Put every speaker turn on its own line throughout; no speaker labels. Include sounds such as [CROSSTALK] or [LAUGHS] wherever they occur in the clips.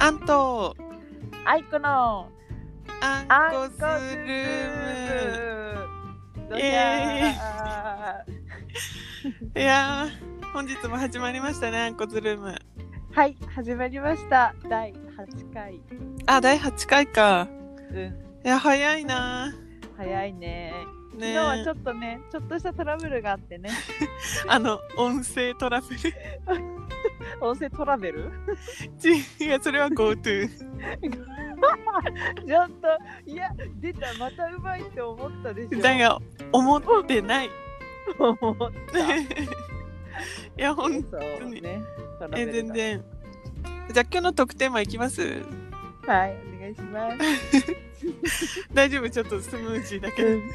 アント
アイコの
ア
ア
ン
ン
コ
コ
ズ
ズ
ル
ル
ーム
ーム
イエいやー本日も始まりましたねアンコズルーム
はい始まりました第8回
あ第8回か
うん
いや早いな
早いね
ー
昨
ね
日はち
ー
ょっとねちょっとしたトラブルがあってね
あの音声トラブル
音声トラベル
ちいやそれは GoTo
ちょっといや出たまたうまいって思ったでし [LAUGHS] ょ
だが思ってない [LAUGHS]
思った
いやほん
そうねトラベ
え
ル
全
が
然じゃあ今日の特典はいきます
はいお願いします [LAUGHS]
大丈夫ちょっとスムージーだけど
[LAUGHS]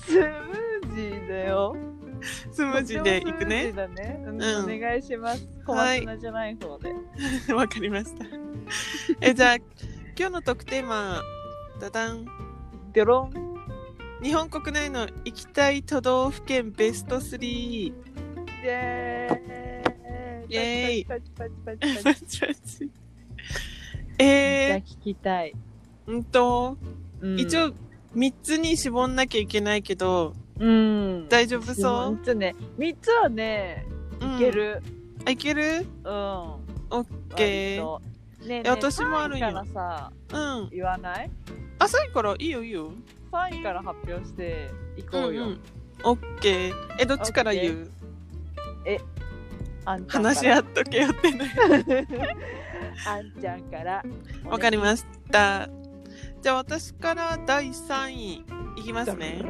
スムージーだよ。
スムージーでいくね
スムージーだね。うん
うん
お願いします。小松菜じゃない方で。
[LAUGHS] わかりました。え、じゃあ、今日の特テーマ、ダダン。
ドロン。
日本国内の行きたい都道府県ベスト3。
イエーイ。
イエーイ
パチパチパチパチパチ。じゃあ
え
聞きたい。
ー、うんと、
うん
一、応3つに絞んなきゃいけないけど、
うん。
大丈夫そ
三
う
つね。三つはね、
うん
いけ。る。
あ、いける
うん。オ
オッケー。
ー。ね
いや私もあるん
ん
よ
からさ、
うん。
言わない
あ、そういからいいよいいよ。
三位から発表していこうよ。
んん。オッケー。え、どっちから言う
あんちゃんから
話し合っとけよってね。
[LAUGHS] あんちゃんから。
わかりました。じゃあ私から第3位いきますね。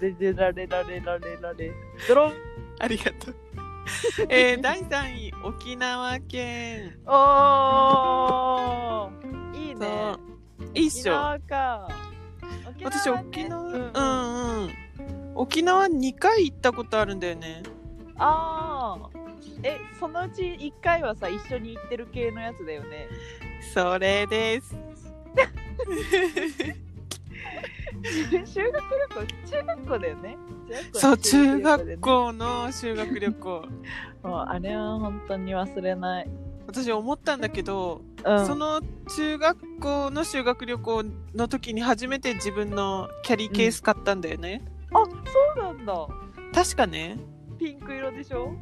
ででられられられられ。ドロン。
ありがとう。えー、第3位沖縄県。
おーいいね。
そういいっし
沖
ょ。
縄か。沖縄ね
私沖縄、
うんあ
うんうん。沖縄2回行ったことあるんだよね。
あー。え、そのうち一回はさ、一緒に行ってる系のやつだよね。
それです。
修学旅行、中学校だよね。
[LAUGHS] そう中
だよ
学
ね。
校の修学旅行。
もうあれは本当に忘れない。
私思ったんだけど、
うん、
その中学校の修学旅行の時に初めて自分のキャリーケース買ったんだよね。
あ、そうなんだ。
確かね。
ピンク色でしょ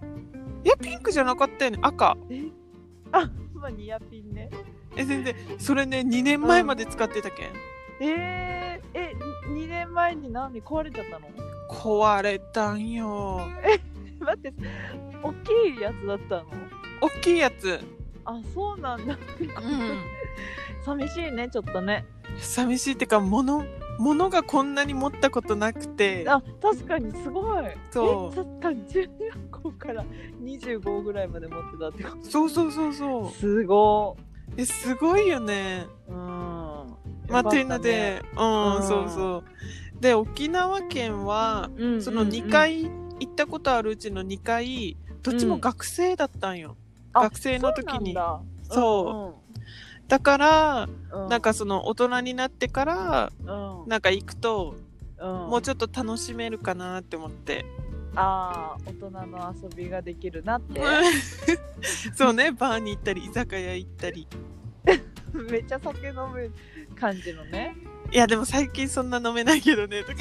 いやピンクじゃなかったよね赤
あ、まあニアピンね。
え全然それね2年前まで使ってたけん、
えー、え、2年前に何壊れちゃったの [LAUGHS]
壊れたんよ
待って、大きいやつだったの
大きいやつ
あ、そうなんだ。
う
[LAUGHS]
ん
寂しいね、ちょっとね。
寂しいってか物物がこんなに持ったことなくて
あ、確かにすごい。
そう
え確かに中学校から25ぐらいまで持ってたってこ
そうそうそう
と。
そ
すご
うえすごいよね
い。うん。ま
まあというの、でうん、
うん
そうそうで沖縄県は
うんうんうん
その2。回行ったことあるうちの2回どっちも学生だったんよ、
あ
学生の時にそうだから
なんだ。う
なん、かその大人になってから
うんうん
なんか行くと
うん、
もうちょっと楽しめるかなって思って、
ああ、大人の遊びができるなって。
[LAUGHS] そうねバーに行ったり居酒屋行ったり
[LAUGHS] めっちゃ酒飲む感じのね。
いやでも最近そんな飲めないけどねとか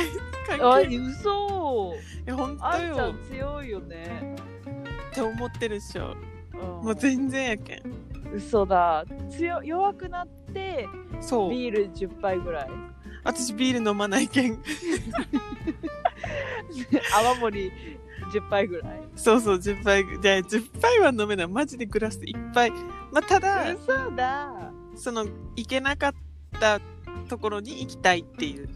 関
あ、
係ないい
嘘。
や本
あ
当
んちゃ
よ
ん強いよね。
って思ってるっしょ
うん、
もう全然やけん
嘘だ。強弱くなって
そう
ビール10杯ぐらい。 [LAUGHS]
私ビール飲まないけん [LAUGHS]
泡盛10杯ぐらい。
そうそう10杯じゃあ10杯は飲めないマジでグラスいっぱいまあただ
嘘だ。
その行けなかったところに行きたいっていう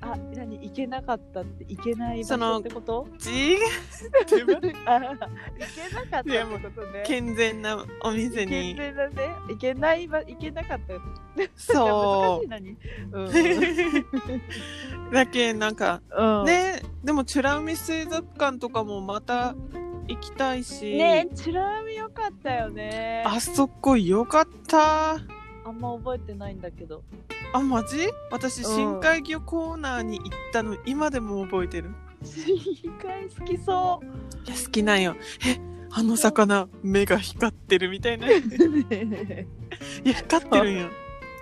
あ、何行けなかったって行けない場
その
所ってこと？
違う
あ [LAUGHS] 行けなかったってことね。
健全なお店
健
に
全だね。行けない場行けなかった。
そう
難しいなに。
[LAUGHS] だけなんか、
うん。うん。
ねでも美ら海水族館とかもまた行きたいし、
ねえ、チラミよかったよね。
あそこよかった
あんま覚えてないんだけど。 [LAUGHS]
あマジ私
ん
深海魚コーナーに行ったの今でも覚えてる
深海好きそ
いや好きなんよえあの魚目が光ってるみたい
[LAUGHS]
ないや光ってるんよ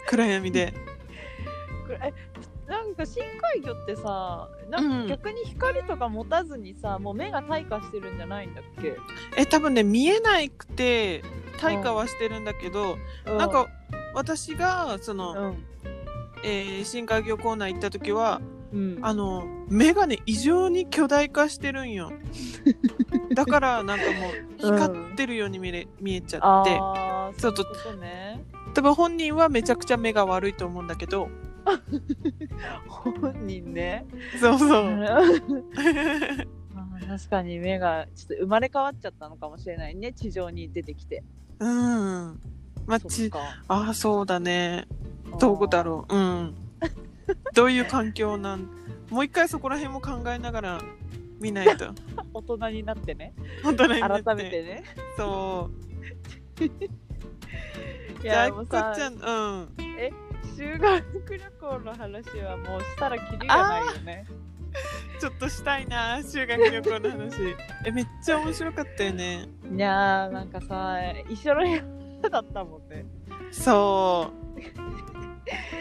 暗闇で
これえなんか深海魚ってさなん
う
か
ん
逆に光とか持たずにさ、もう目が退化してるんじゃないんだっけ、
え多分ね見えなくて退化はしてるんだけど、
う
なんか私がそうの、
ん
えー深海魚コーナー行った時は
うん
あの目がね異常に巨大化してるんよ
[LAUGHS]
だからなんかもう光ってるように見れ、見えちゃって
あー
ち
そ
ょっ
うい
と
うことね
多分本人はめちゃくちゃ目が悪いと思うんだけ
[LAUGHS]
ど
本人ね
そうそう
[LAUGHS]
う
んあー確かに目がちょっと生まれ変わっちゃったのかもしれないね地上に出てきて
うんまあ
そっ
ち
か
あーそうだねどうだろううんどういう環境なんもう一回そこら辺も考えながら見ない
[LAUGHS]
と
あー大人になってね
本当に
改めてね
そう
い
じゃあ
や
こ
も
っ
う
ち
さ
ゃんうん
修学旅行の話はもうしたらキリがないよね
ちょっとしたいな修学旅行の話えめっちゃ面白かったよね
いやーなんかさ一緒の部屋だったもんね
そう。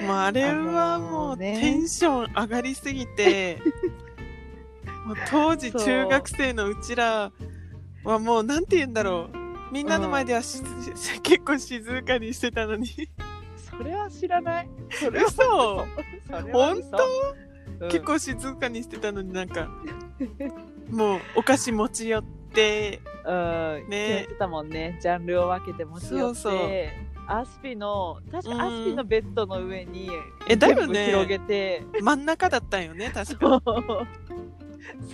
もうあれはも
あの
う
ーね
テンション上がりすぎて、
[LAUGHS]
もう当時
そう
中学生のうちらはもうなんて言うんだろう。みんなの前ではし、結構静かにしてたのに。
それは知らないそれは
嘘
それは嘘
本
うん
結構静かにしてたのになんか、もうお菓子持ち寄って、
う
ね
ん、決めてたもんねジャンルを分けて持ち寄って
そうそう
アスピの確
うん
かアスピのベッドの上に
えだよ
全部
ね
広
[LAUGHS]
げて、
真ん中だったんよね、確
[LAUGHS]
か。
そう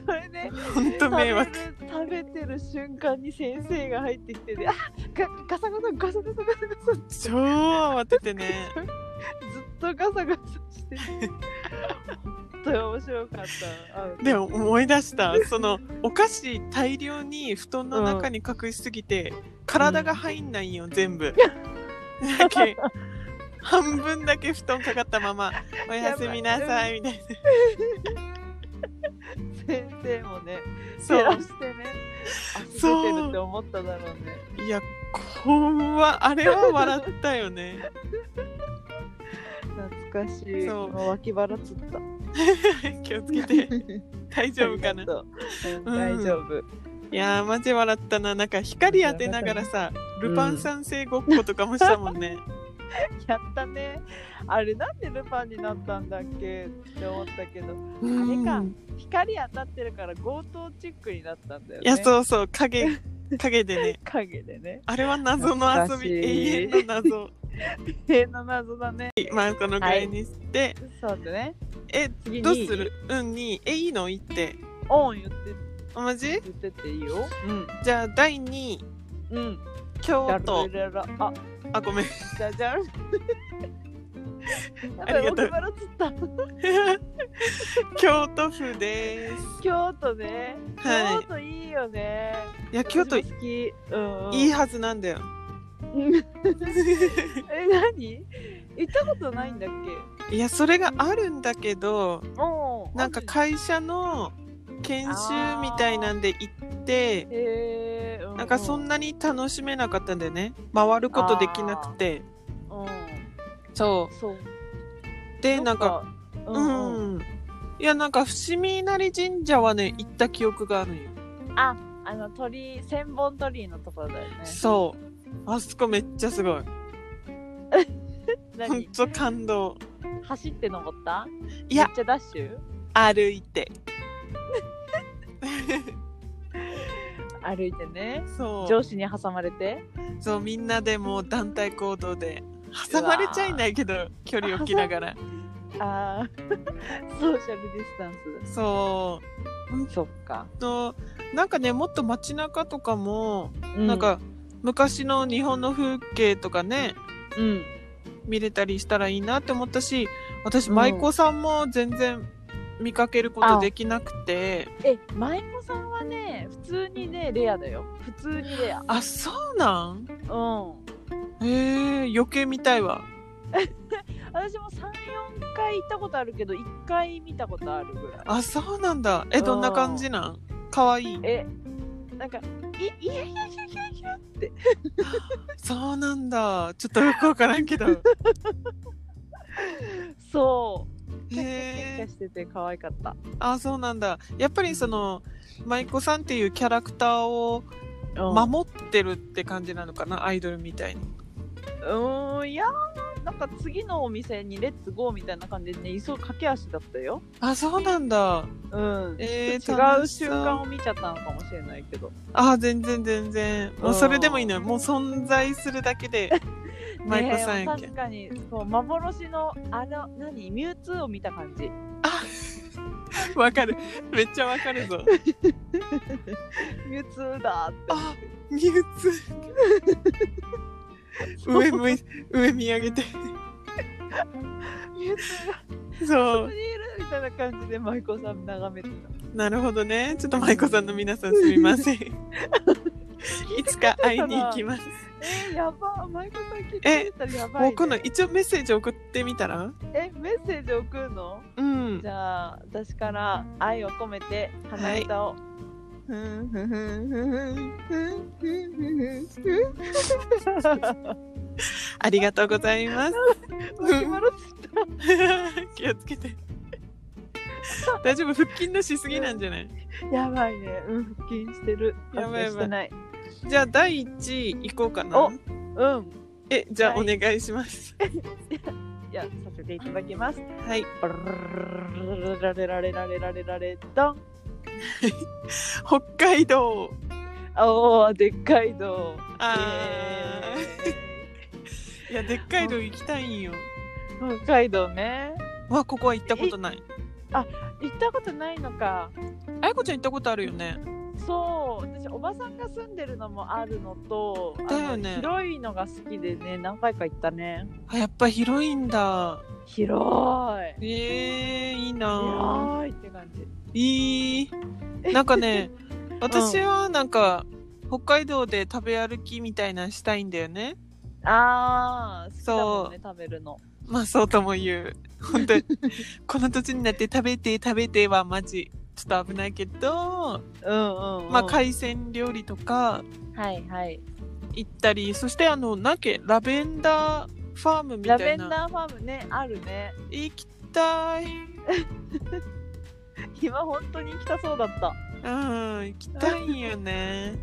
それで
ほんと
食べ
迷
る
惑。
食べてる瞬間に先生が入ってきてで、あガガサガサガサガサガサガサ
超慌ててね。
ずっとガサガサしてる本当に面白かったあ
でも思い出したそのお菓子大量に布団の中に隠しすぎて、体が入んないよ全部、だけ半分だけ布団かかったまま「おやすみなさい」みたいな
先生もね照
そ
ら
う
してねあ
そう
出てるって思っただろうね
いや怖っあれは笑ったよね [LAUGHS]
懐かしい
そう
もう脇腹つった
気をつけて大丈夫かな
[LAUGHS] あり
い
がとう
うん
大丈夫、
やーマジ笑ったななんか光当てながらさルパン三世ごっことかもしたもんね、
やったねあれなんでルパンになったんだっけって思ったけど
うん
あれか光当たってるから強盗チックになったんだよ
い
ね
やそうそう影影でね
影でね
あれは謎の遊び
懐かしい
永遠の謎
永遠の謎だね
まあこのぐらいにして、
そうだね
え
次に
どうするうんにえいいの言って
オン言って
あマジ
言ってっていいよ
じゃあ第2位
うんうん
京都
ラララあ
あごめん [LAUGHS]
じゃじゃん
ありがとう
やっぱり奥腹つった
京都府です
京都ね、
はい
京都いいよね
いや京都
私
い
も好き、うんうん、
いはずなんだよ
[LAUGHS] え何行ったことないんだっけ
いやそれがあるんだけど
お
なんか会社の研修みたいなんで行って
へえー、う
なんかそんなに楽しめなかったんだよね回ることできなくて
うん
そ
そう
うでなんか
う、
うん
うん
ん、いやなんか伏見稲荷神社はね行った記憶があるんよ、
あの鳥居千本鳥居のところだよね
そうあそこめっちゃすごいほん
何
と感動
走って登った
いや
めっちゃダッシュ
歩いて [LAUGHS]
歩いてね
そ
上司に挟まれて
うそうみんなでもう団体行動で挟まれちゃいないけど距離を置きなが [LAUGHS] ら
ああソーシャ [LAUGHS] ルディスタンス
そう
そっか
となんかねもっと街中とかも、
な
なんか昔の日本の風景とかね
うん
見れたりしたらいいなって思ったし私
うん
舞妓さんも全然見かけることできなくて
え舞妓さんはね普通にねレアだよ普通にレア
あそうなん
うん
へえ余計見たいわ
私も34回行ったことあるけど1回見たことあるぐらい
あそうなんだえどんな感じなんかわいい
えなんかいいやいやいやいやいやって
そうなんだちょっとよくわからんけ
[LAUGHS]
ど
そうキャッキャッキャッキ
へ
ャ
え
してて可愛かった、
あそうなんだやっぱりその舞妓さんっていうキャラクターを
うん
守ってるって感じなのかなアイドルみたいに
うーんいやーなんか次のお店にレッツゴーみたいな感じでね急ぐ駆け足だったよ
あそうなんだ
うん、
えー
ちょっと違う
楽しそう
瞬間を見ちゃったのかもしれないけど
あ全然全然もうそれでもいいのよもう存在するだけ
[LAUGHS]
で舞妓さんや
ねえ
けん
確かにそう幻のあの何ミュウツーを見た感じ
わかるめっちゃわかるぞ
ミュウツーだーっ
あミュウツー
てそう
上向い上見上げて
ミュウツーが
そ
ここ
う
にいるみたいな感じで舞妓さん眺めてた
なるほどねちょっと舞妓さんの皆さんすみま
[LAUGHS]
せんいつか会いに行きます
えー、やばー舞妓さん聞い
え
てたらやばい、ね、
もう今度一応メッセージ送ってみたら
えメッセージ送るの
うん
じゃあ私から愛を込めて鼻歌を、
ありがとうございます
マシュマロつった
[LAUGHS] 気をつけて大丈夫腹筋のしすぎなんじゃない
やばいね。うん、腹筋してる。
やばいやばい
発生してない。
じゃあ第1位行こうかな
おうん。
えじゃあ
は
お
い
願いします
いや、させていただきます。
はい
バルラレラレラレラレラレドン。
北海道
おお、でっかいど。
あーいやでっかい道行きたいんよ
イエーイ北海道ね。
わここは行ったことない
行ったことないのか。
あやこちゃん行ったことあるよね
そう、私おばさんが住んでるのもあるのと、あの
だよね
広いのが好きでね、何回か行ったね。
あやっぱ広いんだ
広い。
えー、いいな
広いって感じ。
いいなんか [LAUGHS] ね私はなんか北海道で食べ歩きみたいなのしたいんだよね
ああ、好きだもんね、食べるの。
まあそうとも言う本
[LAUGHS]
当にこの土地になって食べて食べてはマジちょっと危ないけど、
うんうん、うん。
まあ海鮮料理とか
はいはい。
行ったりそしてあのなんだっけラベンダーファームみた
ラ
いな
ベンダーファームね、あるね。
行きたい
今本当に行きたそうだった。
うん行きたいよね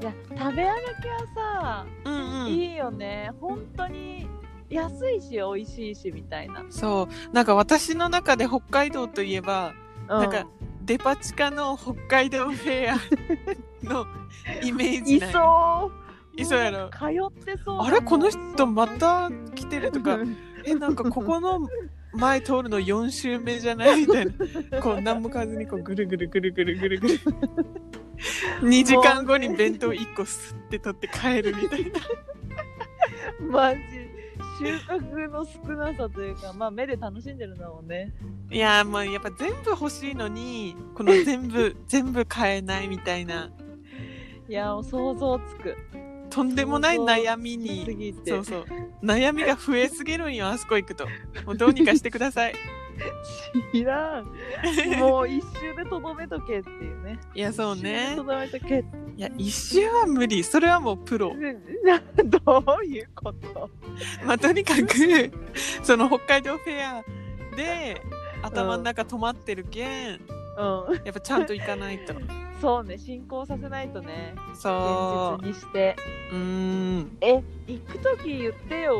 いや、食べ歩きはさ、
うんうん
いいよね。本当に安いし、美味しいしみたいな。
そうなんか私の中で北海道といえばなんかデパ地下の北海道フェアの
[LAUGHS]
イメー
うん、
ジ
い
ない
そう。
いそうやろ
通ってそうだもん。
あれこの人ま
と
た来てるとかえなんかここの前通るの4周目じゃないみたいなこう何も買わずにこうぐるぐるぐるぐるぐるぐる2時間後に弁当1個すって取って帰るみたいな
マジ。収穫の少なさというか、まあ目で楽しんでるんだもんね。
いやーまあやっぱ全部欲しいのにこの全部全部買えないみたいない
や、もう想像つく。
とんでもない悩み
好きす
に
ぎて。
そうそう悩みが増えすぎるんよあそこ行くともうどうにかしてください
いらん。もう一周でとどめとけっていうね。
いやそうね
一周でとどめとけ
いや一周は無理それはもうプロ
な [LAUGHS] どういうこと
まあ、とにか
[LAUGHS]
くその北海道フェアで頭の中止まってるけん、
うん
やっぱちゃんと行かないと
そうね進行させないとね
そ
現実にして
ううーん
え行く時言ってよ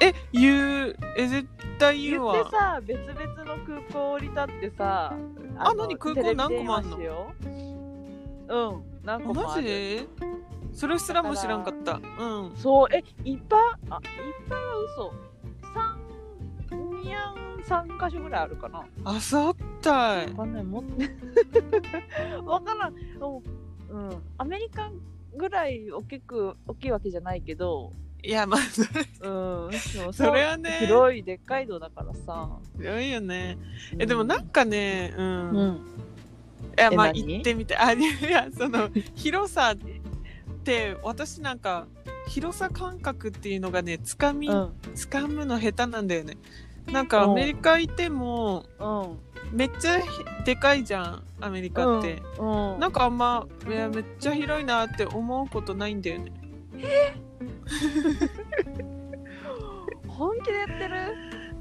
え言うえ絶対言
言
う
って
わ
さ別々の空港降り立ってさ
あ何空港何個もあんの
テレビ電話しよううん何個もあ
マ
る
ジでそれすらも知らんかったうん
そうえいっぱいあいっぱいは嘘三ニャン三箇所ぐらいあるかな
あさったい
わかんない、もっ [LAUGHS] わからん。もううん、アメリカぐらい大きく、大きいわけじゃないけど、
いやまあそれ
うん、でも
それはね
広いでっかい道だからさ。
すごいよね
う
えでもなんかねうん、
う
い
ん、
や
え
まあ
何
行ってみてあいやその広さって私なんか広さ感覚っていうのがねつかみ
うん、
掴むの下手なんだよねなんかア
うん
メリカいても
うん
めっちゃひでかいじゃんアメリカって、
うん
なんかあんまいやめっちゃ広いなって思うことないんだよね
本気でやってる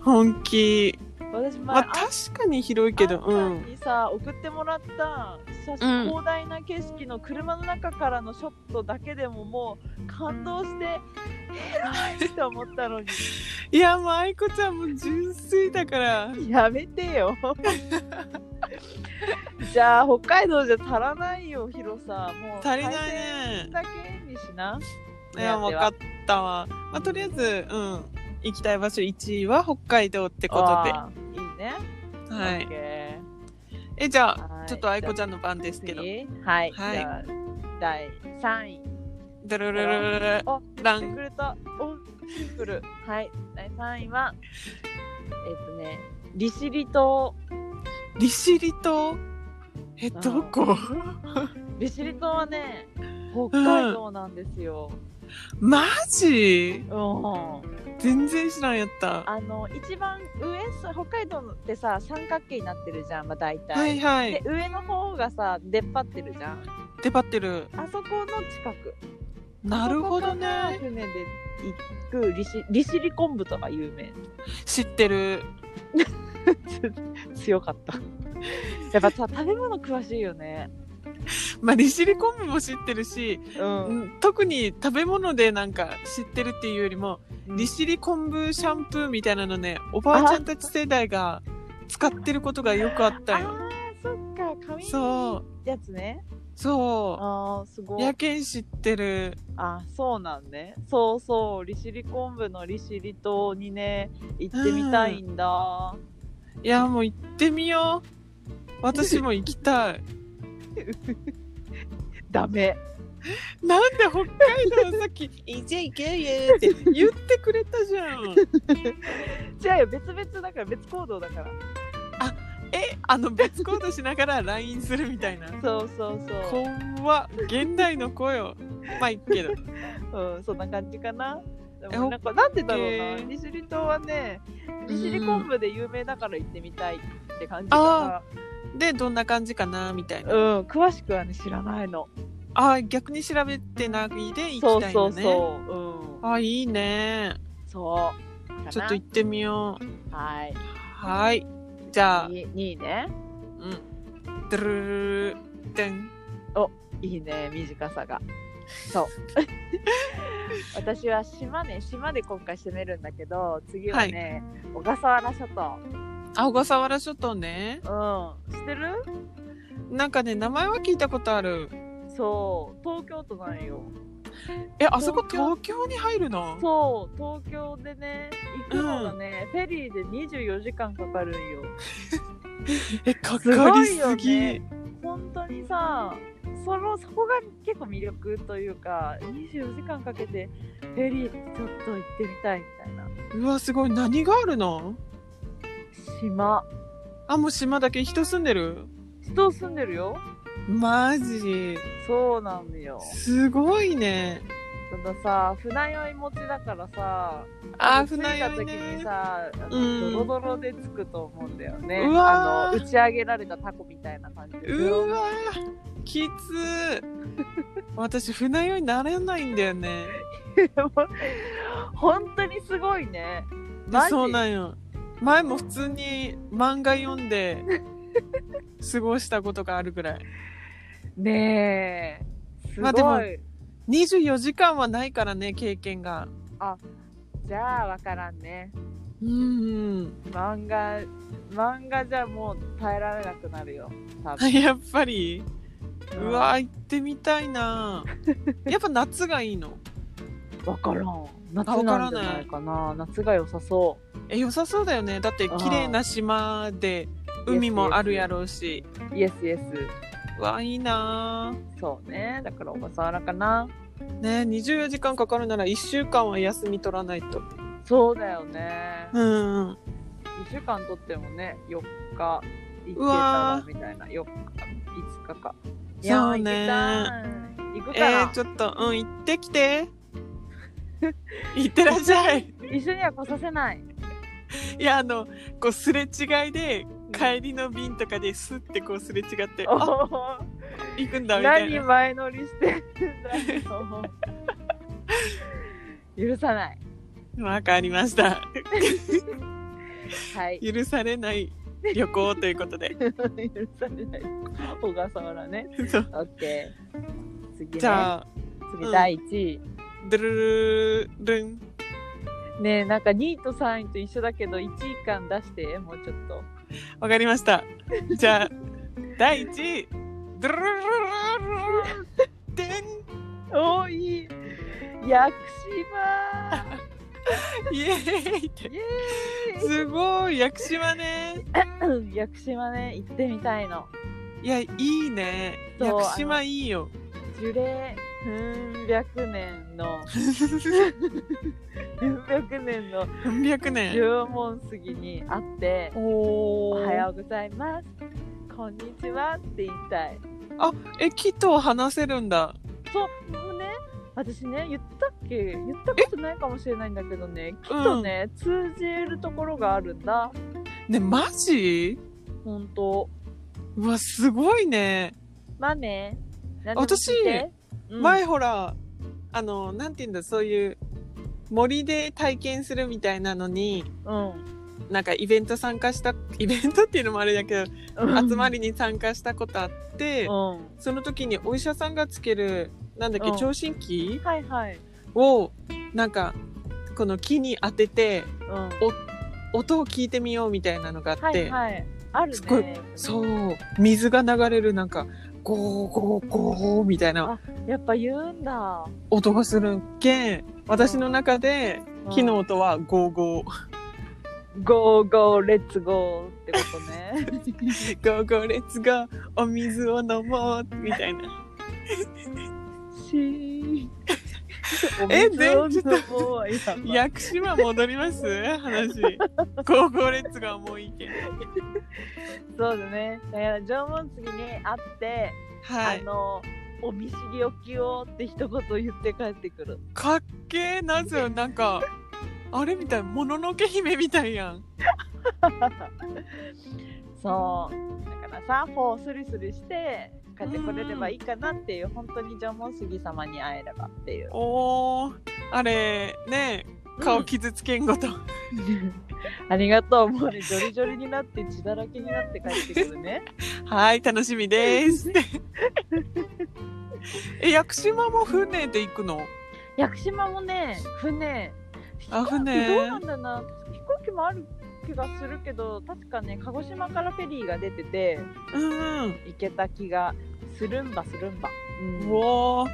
本気
私前
まあ確かに広いけど
あん
う
た
ん
にさ、送ってもらった写
うん
真広大な景色の車の中からのショットだけでももう感動してえらいって思った
[LAUGHS]
のに
いやもう愛子ちゃんも純粋だから
やめて
[LAUGHS]
よじゃあ北海道じゃ足らないよ広さもう
足りないね
海鮮だけにしない
や分かったわ、まあ、とりあえずうん行きたい場所1位は北海道ってこと
あーいいね
では
オッ
い
ケー
えじゃあ
はい
ちょっと愛子ちゃんの番ですけど
次は
はい
い、じゃあ第3位
ドロロロロロ
お
ラ
して
ン
くれたおシンプル [LAUGHS] はい第3位はえっとね利尻
[LAUGHS]
島
利尻島えどこ
利尻島はね北海道なんですよ、
マジ
うん
全然知らんやった
あの一番上さ北海道ってさ三角形になってるじゃんまあ大体、
はいはい
で上の方がさ出っ張ってるじゃん
出張ってる
あそこの近く
なるほど
あそこから
ね
船で行く利尻利尻昆布とか有名
知ってる
[LAUGHS] 強かったやっぱさ食べ物詳しいよね
まあ利尻昆布も知ってるし、
うん
うん特に食べ物でなんか知ってるっていうよりも利尻昆布シャンプーみたいなのねおばあちゃんたち世代が使ってることがよくあったよ
あーそっか紙
そう
やつね
そ
あーすご
う
い
やけん知ってる
あそうなんねそうそう利尻昆布の利尻島にね行ってみたいんだ、
いやもう行ってみよう私も行きた
[LAUGHS]
い
ダメ
なんで北海道さっき「いじゃ行けよ」って言ってくれたじゃん
じゃあよ別々だから別行動だから
えあの別行動しながら LINE するみたいな
そうそうそ
怖っ現代の子よまあいいけど
う、うん、そんな感じかなで
え
もなんかなんでだろう
オッ
な
ケー
利尻島はね利尻昆布で有名だから行ってみたいって感じ
あ
か
でどんな感じかなみたい
な
な
うん詳しくはね知らないの
あー逆に調べてないで行きたいの
そう
ね
そうそううん
あいいね
そうかな
ちょっと行ってみよう
はい
はいじゃあ
いいいいね
うんドゥルルルルテン
いいね短さがそう [LAUGHS] 私は島ね島で今回攻めるんだけど次はね、小笠原諸
あ小笠原諸島ね
島うん知ってる
なんかね名前は聞いたことある
そう東京都なんよ
えあそこ東
東
京に入るの
そう東京でね行くのがね、フェリーで24時間かかるんよ
えか
す
か
ご
り
いよ
すぎ
ね本当にさそのそこが結構魅力というか24時間かけてフェリーちょっと行ってみたいみたいな
うわすごい何があるの
島
あもう島だけ人住んでる
人住んでるよ
マジ
そうなんだよ
すごいね
たださ船酔い持ちだからさ
あー
着い
船
た
酔い
時に
ね
さあの
うん
ドロドロでつくと思うんだよね
うわー
あの打ち上げられたタコみたいな感じで
うわーきつー私船酔いなれないんだよね
本当にすごいね
で
マジ
そうなんよ前も普通に漫画読ん [LAUGHS] で過ごしたことがあるぐらい
ねえすごい、
まあでも24時間はないからね経験が
じゃあわからんね
うん
漫画漫画じゃもう耐えられなくなるよ多
うん
分
やっぱりうわー行ってみたい [LAUGHS] なやっぱ夏がいいの
わからん
あ
夏
わか
な
ら
んじ
ない
ゃないかな夏が良さそう
え良さそうだよねだって綺麗な島で海もあるやろうし
イエスイエス。
うわいいなー
そうね。だから小笠原かな。
ね24時間かかるなら1週間は休み取らないと
そうだよね。
うんうん
1週間とってもね、4日行け
う
た
わ
らみたいな。4日か、5日か。いや
そうね
行きたい行く
え
から、
ー、ちょっとうん行ってきて行ってらっしゃい
一緒には来させない。
いやあのこうすれ違いで帰りの便とかですってこうすれ違って
お
あ
ー
行くんだみたい
何
な
前乗りしてんだよ許さない
わかりました
はい許
許されない旅行ということで
されない小笠原ね
そう
オッケー次、ね、
じゃあう
次
ん
第1位、
ドゥルルルン
ねえなんか2位と3位と一緒だけど1位感出してもうちょっと
わかりましたじゃあ第1位ドゥルルルルルンでん
おーいい屋久島
イエーイって
イエ
すごい屋久島ね
ー
[LAUGHS]
イ屋久島ね行ってみたいの
いやいいね
そ
屋
う
久島いい
[LAUGHS]
よ
樹齢うん百年の百年の
何百年
縄文杉にあって「
お
お
ー
はようございます」「こんにちは」って言いたい
え木と話せるんだ
そうもうね私ね言ったっけ言ったことないかもしれないんだけどねきっとね、通じるところがあるんだ
ねマジ
本当
うわすごいね、
まあね何でも
私
聞いてうん
前ほらあのなんて言うんだそういう森で体験するみたいなのに
うん
なんかイベント参加したイベントっていうのもあれだけど、集ま
り
りに参加したことあって、
うん
その時にお医者さんがつけるなんだっけ、
うん
聴診器
はいはい
をなんかこの木に当てて
うん
音を聞いてみようみたいなのがあって、
はいはいある
すごい
ね
そう水が流れるなんかゴーゴーゴーみたいな
やっぱ言うんだ
音がするんけん私の中で
うん
木の音はゴーゴー [LAUGHS] ゴ
ゴーゴーレッツゴーってこと
[LAUGHS]
ね
ーゴーレッツゴーお水を飲もうみたい
[LAUGHS]
な
シーン
え
お水を飲もうやばい
屋久島戻ります
[LAUGHS]
話ゴーゴーレッツゴーもういいけん
そうだねだから縄文杉に会って、
は
あ
い
のお見知りおきをって一言言って帰ってくる
かっけえなぜなんかあれみたいもののけ姫みたいやん
そうだからさこうスリスリして帰ってこれればいいかなっていう本当に縄文杉様に会えればっていう
おーあれね
う
顔
ん
傷つけんごと、
ありがとうもうねジョリジョリになって血だらけになって帰ってくるね
はい、楽しみです。 [LAUGHS] え、屋久島も船で行くの。
屋久島もね船
あ、
飛行機どう
船
な。んだろうな飛行機もある気がするけど確かね鹿児島からフェリーが出てて
うん、うん。
行けた気がするんばするんば、
うおー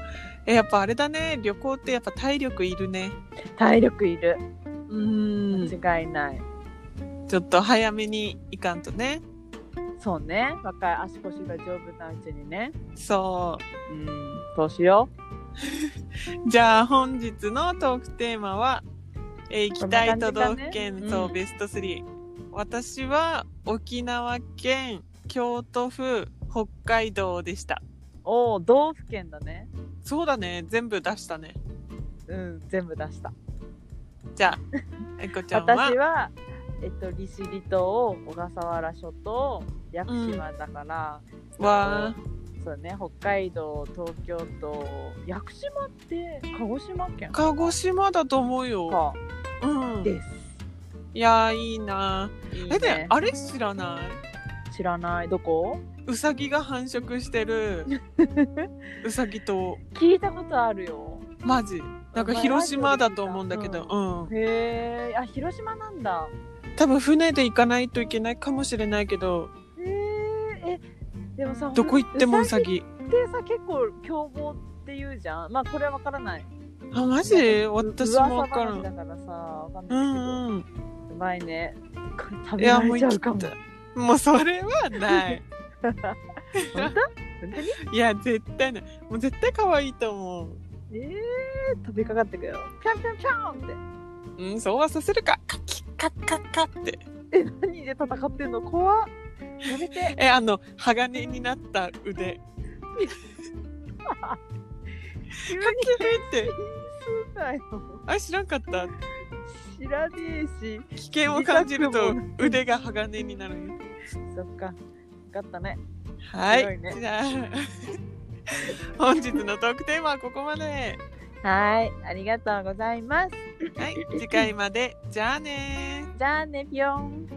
え、やっぱあれだね。旅行ってやっぱ体力いるね。
体力いる
うん。
間違いない、
ちょっと早めに行かんとね。
そうね若い足腰が丈夫なうちにね
そ
うんそうしよ
う。じゃあ本日のトークテーマは、えー行きたい都道府
こんな感じだね
県、
うん
そう、ベスト3。私は沖縄県、京都府、北海道でした。
うおお道府県だね
そうだね。全部出したね。
うん全部出した
じゃあ、えこちゃんは
私。はえっと利尻島小笠原諸島屋久島だから、
わ
そうね北海道東京都屋久島って鹿児島県
ー鹿児島だと思うよ。
か
うん。
です、
いやーいいなー。
いい
えで
ね、
あれ知らない？
知らないどこ
うさぎが繁殖してる [LAUGHS] うさぎと
聞いたことあるよ
マジ。なんか
前
広島だと思うんだけ
ラ
ど、
ジオで聞い
うん。
へえあ広島なんだ
多分船で行かないといけないかもしれないけど、
へええでもさ
どこ行ってもうさ
ぎ
ぎ。
ってさ結構凶暴って言うじゃんまあこれはわからない
あマジ？私もわから
噂話だ
ん。
からさわ
う
かんな
ん
いけど、
うん。
うまいね。食
い
べ
や
ら
もう
れちゃ
行
う
き
かも。
たい。もうそれはない。
本当？本当に？
いや絶対ない。もう絶対可愛いと思う。
[LAUGHS] ええー、飛びかかってくよ。ピャンピャンピャンっ
うん、そうはさせるか。カキカカカって。
て。え、何で戦ってんの？怖っ。やめて。
え、あの、鋼になった腕。
急に
カキって。
[LAUGHS] すんなよ。
あれ知らんかった。
知らねえし
危険を感じると
自作も
腕が鋼になるよ
そっか分かったね
はい
強いね
じゃあ [LAUGHS] 本日のトークテーマはここまで
はいありがとうございます
はい次回までじゃあねー
じゃあねぴょん